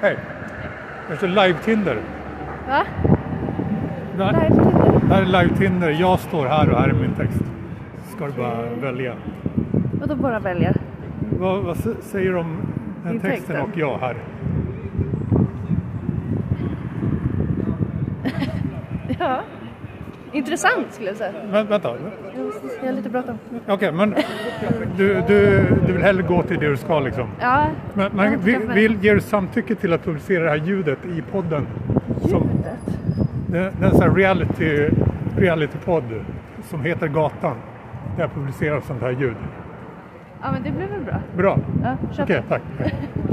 Hej! Jag kör live-Tinder. Va? Där, Live-Tinder? här är live-Tinder. Jag står här och här är min text. Ska du bara välja. Vadå bara välja? Vad, vad s- säger du om den Din texten texten? och jag här? Ja. Intressant skulle jag säga. Vä- vänta. Jag måste- Jag har lite bråttom. Okej, men du, du, du vill hellre gå till det du ska liksom. Ja. Men, jag har men inte vi, skaffat- vi ger samtycke till att publicera det här ljudet i podden. Som, Ljudet? det, det är en sån här reality, reality-podd som heter Gatan. Där publiceras sånt här ljud. Ja men det blir väl bra. Bra. Ja, köp Okej, det. tack.